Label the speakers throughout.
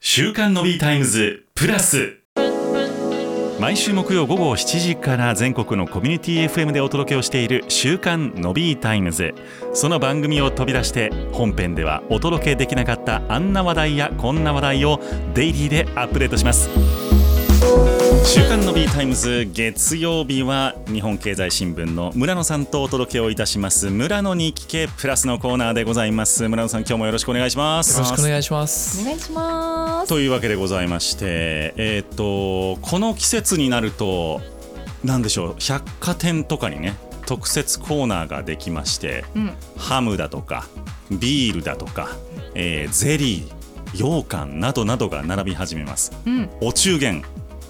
Speaker 1: 週刊のビータイムズプラス毎週木曜午後7時から全国のコミュニティ FM でお届けをしている週刊のビータイムズその番組を飛び出して本編ではお届けできなかったあんな話題やこんな話題をデイリーでアップデートします週刊の B タイムズ月曜日は日本経済新聞の村野さんとお届けをいたします村野に聞けプラスのコーナーでございます村野さん今日もよろしくお願いします
Speaker 2: よろしくお願いします。
Speaker 3: お願いします。
Speaker 1: というわけでございまして、えーっとこの季節になると何でしょう百貨店とかにね特設コーナーができまして
Speaker 3: うん、
Speaker 1: ハムだとかビールだとか、えーゼリー羊羹などなどが並び始めます
Speaker 3: うん、
Speaker 1: お中元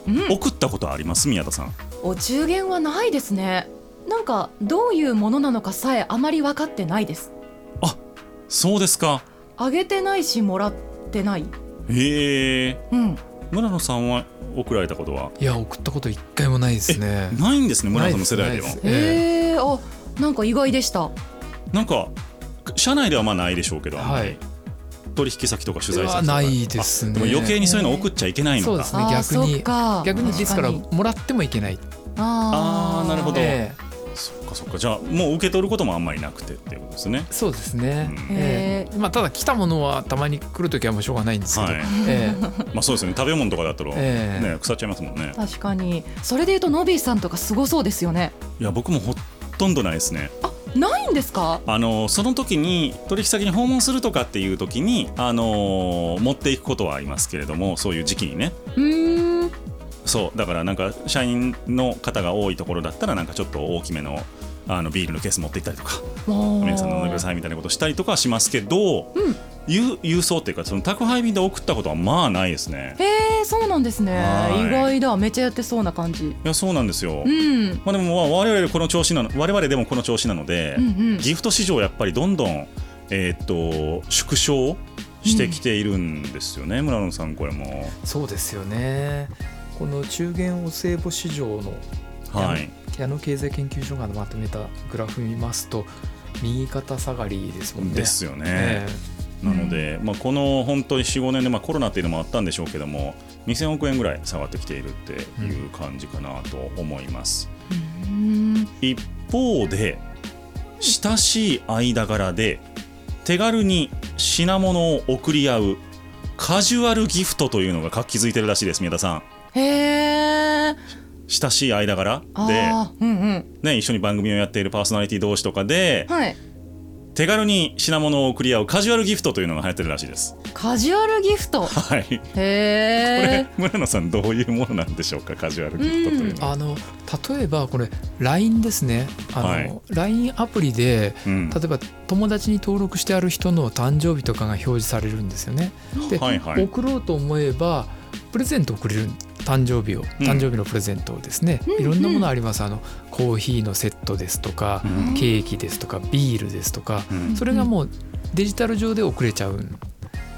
Speaker 3: うん。
Speaker 1: 送ったことあります宮田さん
Speaker 3: お中元はないですね。なんかどういうものなのかさえあまり分かってないです。
Speaker 1: そうですか
Speaker 3: あげてないしもらってない。
Speaker 1: へえ
Speaker 3: うん。
Speaker 1: 村野さんは送られたことはい
Speaker 2: や送ったこと一回もないですね。
Speaker 1: ないんですね村野さんの世代では
Speaker 2: ないです
Speaker 3: へえー、あ、なんか意外でした。
Speaker 1: なんか社内ではまあないでしょうけど、
Speaker 2: はい。
Speaker 1: 取引先とか取材先とか
Speaker 2: はないです
Speaker 1: でも
Speaker 2: ね。
Speaker 1: 余計にそういうの送っちゃいけないのか、
Speaker 2: そうですね
Speaker 3: あー
Speaker 2: 逆に
Speaker 3: そっか
Speaker 2: 逆にですから
Speaker 3: 確に
Speaker 2: もらってもいけない。
Speaker 3: あ
Speaker 1: あーなるほど
Speaker 3: え
Speaker 2: ええ
Speaker 1: そっかそっかじゃあもう受け取ることもあんまりなくてっていうことですね、
Speaker 2: そうですね
Speaker 1: うん。
Speaker 2: え
Speaker 3: へ
Speaker 2: えまあただ来たものはたまに来るときはもうしょうがないんですけど。
Speaker 1: はい
Speaker 2: え
Speaker 1: まあそうですよね食べ物とかだったら、
Speaker 2: ええ
Speaker 1: ね、腐っちゃいますもんね
Speaker 3: 確かに。それで言うとノビーさんとかすごそうですよね。
Speaker 1: いや僕もほとんどないですね
Speaker 3: あ、ないんですか。
Speaker 1: あのその時に取引先に訪問するとかっていう時にあの持っていくことはありますけれどもそういう時期にね
Speaker 3: うーん。
Speaker 1: そうだからなんか社員の方が多いところだったらなんかちょっと大きめのあのビールのケース持って行ったりとか
Speaker 3: もう。
Speaker 1: 皆さん飲んでくださいみたいなことしたりとかはしますけど、
Speaker 3: うん
Speaker 1: 郵郵送っていうかその宅配便で送ったことはまあないですね
Speaker 3: へえ、そうなんですね
Speaker 1: はい。
Speaker 3: 意外だ。めっちゃやってそうな感じ。
Speaker 1: いやそうなんですよ、
Speaker 3: うん。
Speaker 1: まあ、でもまあ我々この調子なの我々でもこの調子なので、
Speaker 3: うんうん。
Speaker 1: ギフト市場やっぱりどんどん、えーっと縮小してきているんですよね、村野さんこれも。
Speaker 2: そうですよね。この中元お歳暮市場の
Speaker 1: はい、
Speaker 2: 矢野経済研究所がまとめたグラフ見ますと右肩下がりですもんね。
Speaker 1: ですよね、
Speaker 2: え
Speaker 1: なので、まあ、この本当に45年で、まあ、コロナっていうのもあったんでしょうけども2000億円ぐらい下がってきているっていう感じかなと思います、
Speaker 3: うん
Speaker 1: 一方で親しい間柄で手軽に品物を送り合うカジュアルギフトというのが活気づいてるらしいです宮田さん
Speaker 3: へえ。
Speaker 1: 親しい間柄で、
Speaker 3: あーうんうん。
Speaker 1: ね、一緒に番組をやっているパーソナリティ同士とかで
Speaker 3: はい。
Speaker 1: 手軽に品物を送り合うカジュアルギフトというのが流行ってるらしいです
Speaker 3: カジュアルギフト。
Speaker 1: はいこれ
Speaker 3: へえ。
Speaker 1: 村野さんどういうものなんでしょうかカジュアルギフトというのは、
Speaker 2: あの例えばこれ LINE ですねあの、
Speaker 1: はい
Speaker 2: LINE アプリで
Speaker 1: うん
Speaker 2: 例えば友達に登録してある人の誕生日とかが表示されるんですよね。で、
Speaker 1: はいはい
Speaker 2: 送ろうと思えばプレゼントをくれる誕生日を
Speaker 1: うん
Speaker 2: 誕生日のプレゼントをですね、
Speaker 3: うん
Speaker 2: いろんなものありますあのコーヒーのセットですとか、
Speaker 1: うん
Speaker 2: ケーキですとかビールですとか
Speaker 1: うん
Speaker 2: それがもうデジタル上で送れちゃう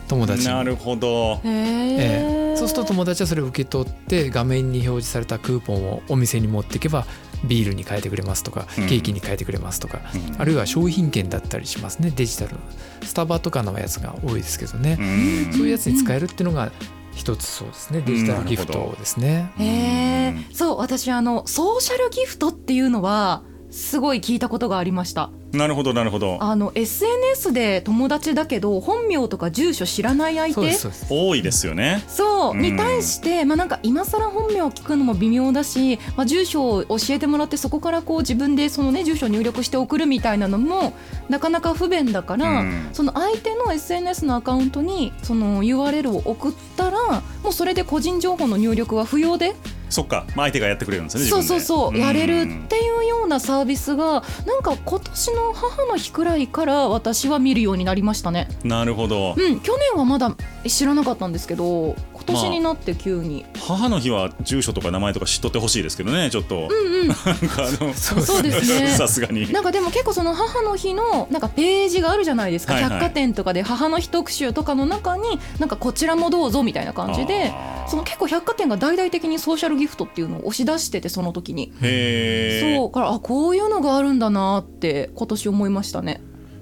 Speaker 2: 友達に
Speaker 1: なるほど
Speaker 3: へ
Speaker 2: え
Speaker 3: え。
Speaker 2: そうすると友達はそれを受け取って画面に表示されたクーポンをお店に持っていけばビールに変えてくれますとかケ
Speaker 1: うん
Speaker 2: ーキに変えてくれますとか、
Speaker 1: うん
Speaker 2: あるいは商品券だったりしますねデジタルのスタバとかのやつが多いですけどね、
Speaker 1: うん
Speaker 2: そういうやつに使えるっていうのが一つそうですねデジタルギフトですね。
Speaker 3: へえ。そう、私あのソーシャルギフトっていうのは。すごい聞いたことがありました
Speaker 1: なるほどなるほど
Speaker 3: あの SNS で友達だけど本名とか住所知らない相手
Speaker 2: そうですそうです
Speaker 1: 多いですよね
Speaker 3: そう、
Speaker 1: うん
Speaker 3: に対して、まあ、なんか今更本名を聞くのも微妙だし、まあ、住所を教えてもらってそこからこう自分でその、ね、住所を入力して送るみたいなのもなかなか不便だから、
Speaker 1: うん
Speaker 3: その相手の SNS のアカウントにその URL を送ったらもうそれで個人情報の入力は不要で
Speaker 1: そっか、まあ、相手がやってくれるんですね自
Speaker 3: そう
Speaker 1: 分で
Speaker 3: そうそうやれる
Speaker 1: うん
Speaker 3: っていうようなサービスがなんか今年の母の日くらいから私は見るようになりましたね。
Speaker 1: なるほど
Speaker 3: うん、去年はまだ知らなかったんですけど今年になって急に、
Speaker 1: 母の日は住所とか名前とか知っとってほしいですけどねちょっと、
Speaker 3: うんうん
Speaker 1: なんかあの
Speaker 2: そう
Speaker 3: そうですね
Speaker 1: さすがに
Speaker 3: なんかでも結構その母の日のなんかページがあるじゃないですか、
Speaker 1: はいはい
Speaker 3: 百貨店とかで母の日特集とかの中になんかこちらもどうぞみたいな感じで
Speaker 1: あー
Speaker 3: その結構百貨店が大々的にソーシャルギフトっていうのを押し出しててその時に、
Speaker 1: へえ
Speaker 3: そうからあこういうのがあるんだなって今年思いましたね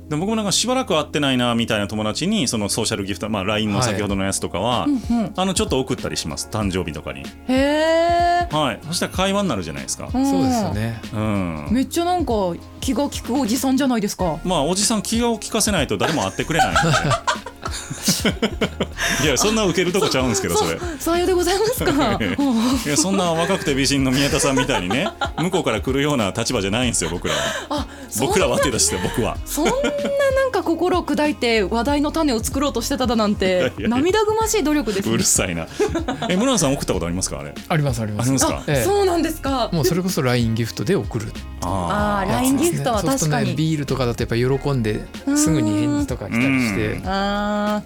Speaker 1: だで僕もなんかしばらく会ってないなみたいな友達にそのソーシャルギフト、まあ、LINE の先ほどのやつとかは、
Speaker 3: うんうん
Speaker 1: あのちょっと送ったりします誕生日とかに、
Speaker 3: へえ、
Speaker 1: はい、そしたら会話になるじゃないですか、
Speaker 3: ん
Speaker 2: そうですよね
Speaker 1: うん
Speaker 3: めっちゃなんか気が利くおじさんじゃないですか
Speaker 1: まあおじさん気を利かせないと誰も会ってくれないん でいやそんな受けるとこちゃうんですけどそれ
Speaker 3: うさようでござ いますかうん
Speaker 1: いやそんな若くて美人の宮田さんみたいに ね向こうから来るような立場じゃないんですよ僕らは
Speaker 3: あそん
Speaker 1: 僕らはって出して僕は
Speaker 3: そんななんか心を砕いて話題の種を作ろうとしてただなん
Speaker 1: や
Speaker 3: て
Speaker 1: いや
Speaker 3: 涙ぐましい努力です
Speaker 1: う
Speaker 3: ね
Speaker 1: るさ いなえ村野さん送ったことありますかあれ
Speaker 2: ありますありま
Speaker 1: あ
Speaker 2: す
Speaker 1: りますか
Speaker 3: あ
Speaker 2: ええ
Speaker 3: そうなんですか
Speaker 2: もうそれこそ LINE ギフトで送る
Speaker 3: あー LINE ギフトは
Speaker 2: そうすると
Speaker 3: 確か
Speaker 2: ね
Speaker 3: に
Speaker 2: ビールとかだとやっぱ喜んですぐに返事とか来たりし
Speaker 1: う
Speaker 2: て
Speaker 1: ん
Speaker 3: あ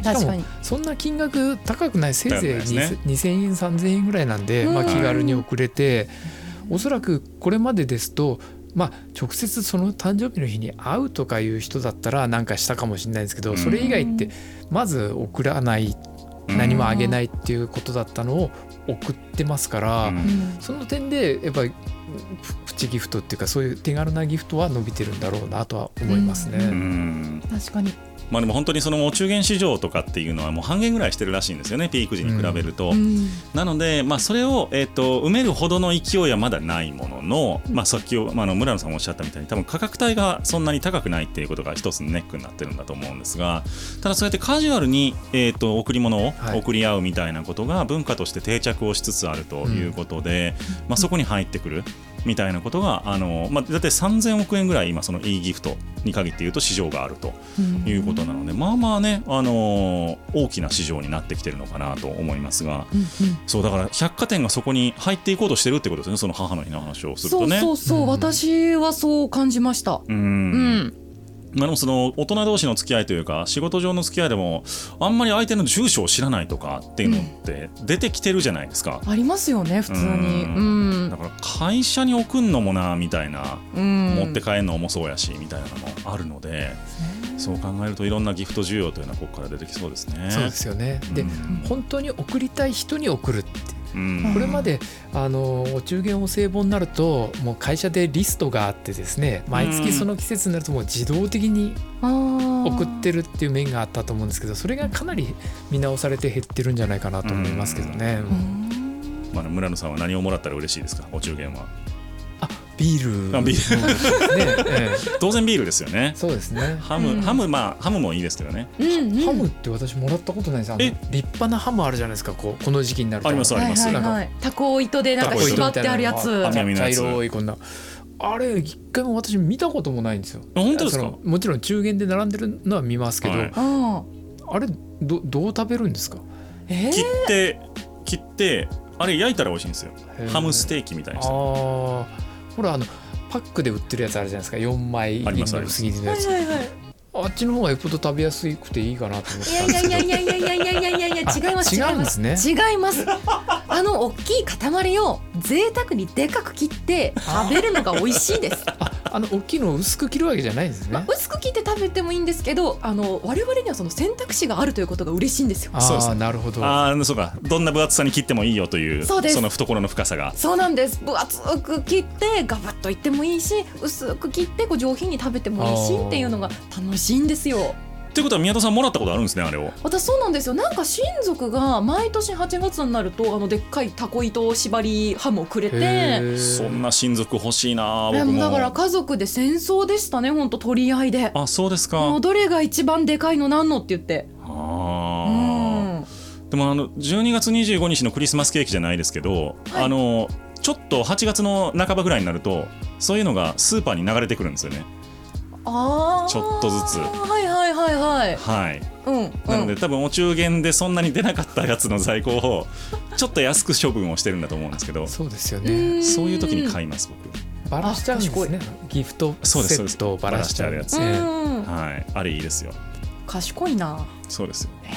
Speaker 3: ー確かに
Speaker 2: しかもそんな金額高くないせいぜい
Speaker 1: 高くないです
Speaker 2: 2000円3000円ぐらいなんで、
Speaker 3: うん
Speaker 2: まあ、気軽に送れておそらくこれまでですと、まあ、直接その誕生日の日に会うとかいう人だったらなんかしたかもしれないですけ
Speaker 1: う
Speaker 2: ど
Speaker 1: ん
Speaker 2: それ以外ってまず送らない
Speaker 1: うん
Speaker 2: 何もあげないっていうことだったのを送ってますから、
Speaker 1: うん
Speaker 3: うん
Speaker 2: その点でやっぱりププチギフトっていうかそういう手軽なギフトは伸びてるんだろうなとは思いますね。
Speaker 3: う
Speaker 1: うん
Speaker 3: 確かに
Speaker 1: まあでも本当にそのお中元市場とかっていうのはもう半減ぐらいしてるらしいんですよねピーク時に比べると、
Speaker 3: うん
Speaker 1: なので、まあ、それを、えっと埋めるほどの勢いはまだないものの、まあ、さっきを、まあ、あの村野さんもおっしゃったみたいに多分価格帯がそんなに高くないっていうことが一つのネックになってるんだと思うんですがただそうやってカジュアルに、えっと贈り物を
Speaker 2: はい
Speaker 1: 贈り合うみたいなことが文化として定着をしつつあるということで、まあ、そこに入ってくる。みたいなことがあの、まあ、だって3000億円ぐらい今その e ギフトに限って言うと市場があると
Speaker 3: うん
Speaker 1: いうことなのでまあまあね、あのー大きな市場になってきてるのかなと思いますが
Speaker 3: うんうん
Speaker 1: そうだから百貨店がそこに入っていこうとしてるってことですねその母の日の話をする
Speaker 3: そ
Speaker 1: と
Speaker 3: う
Speaker 1: ね。
Speaker 3: そううそう、
Speaker 2: うん
Speaker 3: 私はそう感じました
Speaker 1: ん
Speaker 3: うん
Speaker 1: まあ、でもその大人同士の付き合いというか仕事上の付き合いでもあんまり相手の住所を知らないとかっていうのって出てきてるじゃないですか、
Speaker 3: ありますよね普通
Speaker 1: う
Speaker 3: にうん
Speaker 1: だ
Speaker 3: ん
Speaker 1: から会社に送んのもなみたいな、
Speaker 3: うん
Speaker 1: 持って帰るのもそうやしみたいなのもあるのでそう考えるといろんなギフト需要というのはここから出てきそうですね。
Speaker 2: そうですよねで、
Speaker 1: うん
Speaker 2: 本当に送りたい人に送るって
Speaker 1: うん
Speaker 2: これまであのお中元お歳暮になるともう会社でリストがあってですね毎月その季節になるともう自動的に送
Speaker 3: 送
Speaker 2: ってるっていう面があったと思うんですけどそれがかなり見直されて減ってるんじゃないかなと思いますけどね、
Speaker 1: まあ、村野さんは何をもらったら嬉しいですかお中元は
Speaker 2: ビール
Speaker 1: あビー
Speaker 2: ね、ええ
Speaker 1: 当然ビールですよね
Speaker 2: そうですね
Speaker 1: ハム、
Speaker 3: うん
Speaker 1: ハムまあハムもいいですけどね
Speaker 3: うんうん
Speaker 2: ハムって私もらったことないですあの
Speaker 1: え
Speaker 2: 立派なハムあるじゃないですかこうこの時期になると
Speaker 1: ありますあります
Speaker 3: はいはいはいタコ糸でなんか
Speaker 1: タコ糸
Speaker 3: 縛ってあるやつ
Speaker 1: あ
Speaker 2: 茶
Speaker 1: 網のやつ
Speaker 2: 色いこんなあれ一回も私見たこともないんですよ
Speaker 1: あ本当ですか
Speaker 2: そのもちろん中元で並んでるのは見ますけど、
Speaker 1: はい
Speaker 3: あ
Speaker 2: あれどどう食べるんですか
Speaker 3: ーえ
Speaker 1: 切って切ってあれ焼いたら美味しいんですよハムス
Speaker 2: ー
Speaker 1: テーキみたい
Speaker 2: あ
Speaker 1: に
Speaker 2: あ
Speaker 1: して
Speaker 2: ーほらあのパックで売ってるやつあるじゃないですか4枚
Speaker 1: あり
Speaker 2: 入り
Speaker 1: ますあ
Speaker 2: の
Speaker 1: ります
Speaker 2: 薄切りのやつ
Speaker 3: はいはいはい
Speaker 2: あっちの方がよっぽど食べやすくていいかなと思ってたん
Speaker 3: い
Speaker 2: です
Speaker 3: や
Speaker 2: けど
Speaker 3: いやいやいやいやいやいやいやいや違います違い
Speaker 2: あ違うん
Speaker 3: ま
Speaker 2: ですすね
Speaker 3: 違いますあの大きい塊を贅沢にでかく切って食べるのが美味しいです
Speaker 2: あの大きいのを薄く切るわけじゃないんです
Speaker 3: まあ
Speaker 2: ね、
Speaker 3: 薄く切って食べてもいいんですけどあの我々にはその選択肢があるということが嬉しいんですよ
Speaker 2: あ
Speaker 1: そうです
Speaker 2: あ
Speaker 1: ね
Speaker 2: なるほど
Speaker 1: ああそうかどんな分厚さに切ってもいいよという
Speaker 3: そうです
Speaker 1: の懐の深さが
Speaker 3: そうなんです分厚く切ってガバッといってもいいし薄く切ってこう上品に食べてもいいし
Speaker 2: あー
Speaker 3: っていうのが楽しいんですよ
Speaker 1: ってことは宮田さんもらったことあるんですねあれを
Speaker 3: 私そうなんですよなんか親族が毎年8月になるとあのでっかいタコ糸縛りハムをくれて
Speaker 2: へー
Speaker 1: そんな親族欲しいな
Speaker 3: で
Speaker 1: 僕
Speaker 3: も
Speaker 1: も
Speaker 3: だから家族で戦争でしたねほんと取り合いで
Speaker 1: あそうですか
Speaker 3: もうどれが一番でかいのなんのって言ってう
Speaker 1: あ
Speaker 3: ん
Speaker 1: ーでもあの12月25日のクリスマスケーキじゃないですけど、
Speaker 3: はい
Speaker 1: あのちょっと8月の半ばぐらいになるとそういうのがスーパーに流れてくるんですよね
Speaker 3: あー
Speaker 1: ちょっとずつ
Speaker 3: はいはいはいはい
Speaker 1: はい
Speaker 3: うん
Speaker 1: なの
Speaker 3: う
Speaker 1: で、
Speaker 3: ん
Speaker 1: 多分お中元でそんなに出なかったやつの在庫をちょっと安く処分をしてるんだと思うんですけど
Speaker 2: そうですよね
Speaker 1: そういう時に買います僕
Speaker 2: バラしちゃうんですねギフト
Speaker 1: そうです
Speaker 2: セ
Speaker 1: そうです
Speaker 2: ットをバラしちゃうやつ
Speaker 3: う
Speaker 1: バ
Speaker 2: ね
Speaker 3: ん、
Speaker 1: はいあれいいですよ
Speaker 3: 賢いな
Speaker 1: そうですよ
Speaker 3: へ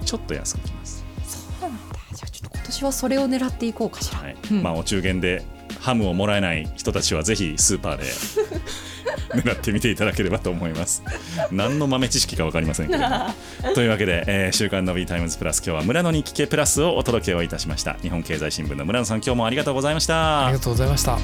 Speaker 3: え
Speaker 1: ちょっと安くきます
Speaker 3: そうなんだじゃあちょっと今年はそれを狙っていこうかしら、
Speaker 1: はい、
Speaker 3: うん
Speaker 1: まあお中元でハムをもらえない人たちはぜひスーパーで 狙ってみていただければと思います何の豆知識か分かりませんけれど もというわけで、えー週刊のビータイムズプラス今日は村野に聞けプラスをお届けをいたしました日本経済新聞の村野さん今日もありがとうございました
Speaker 2: ありがとうございました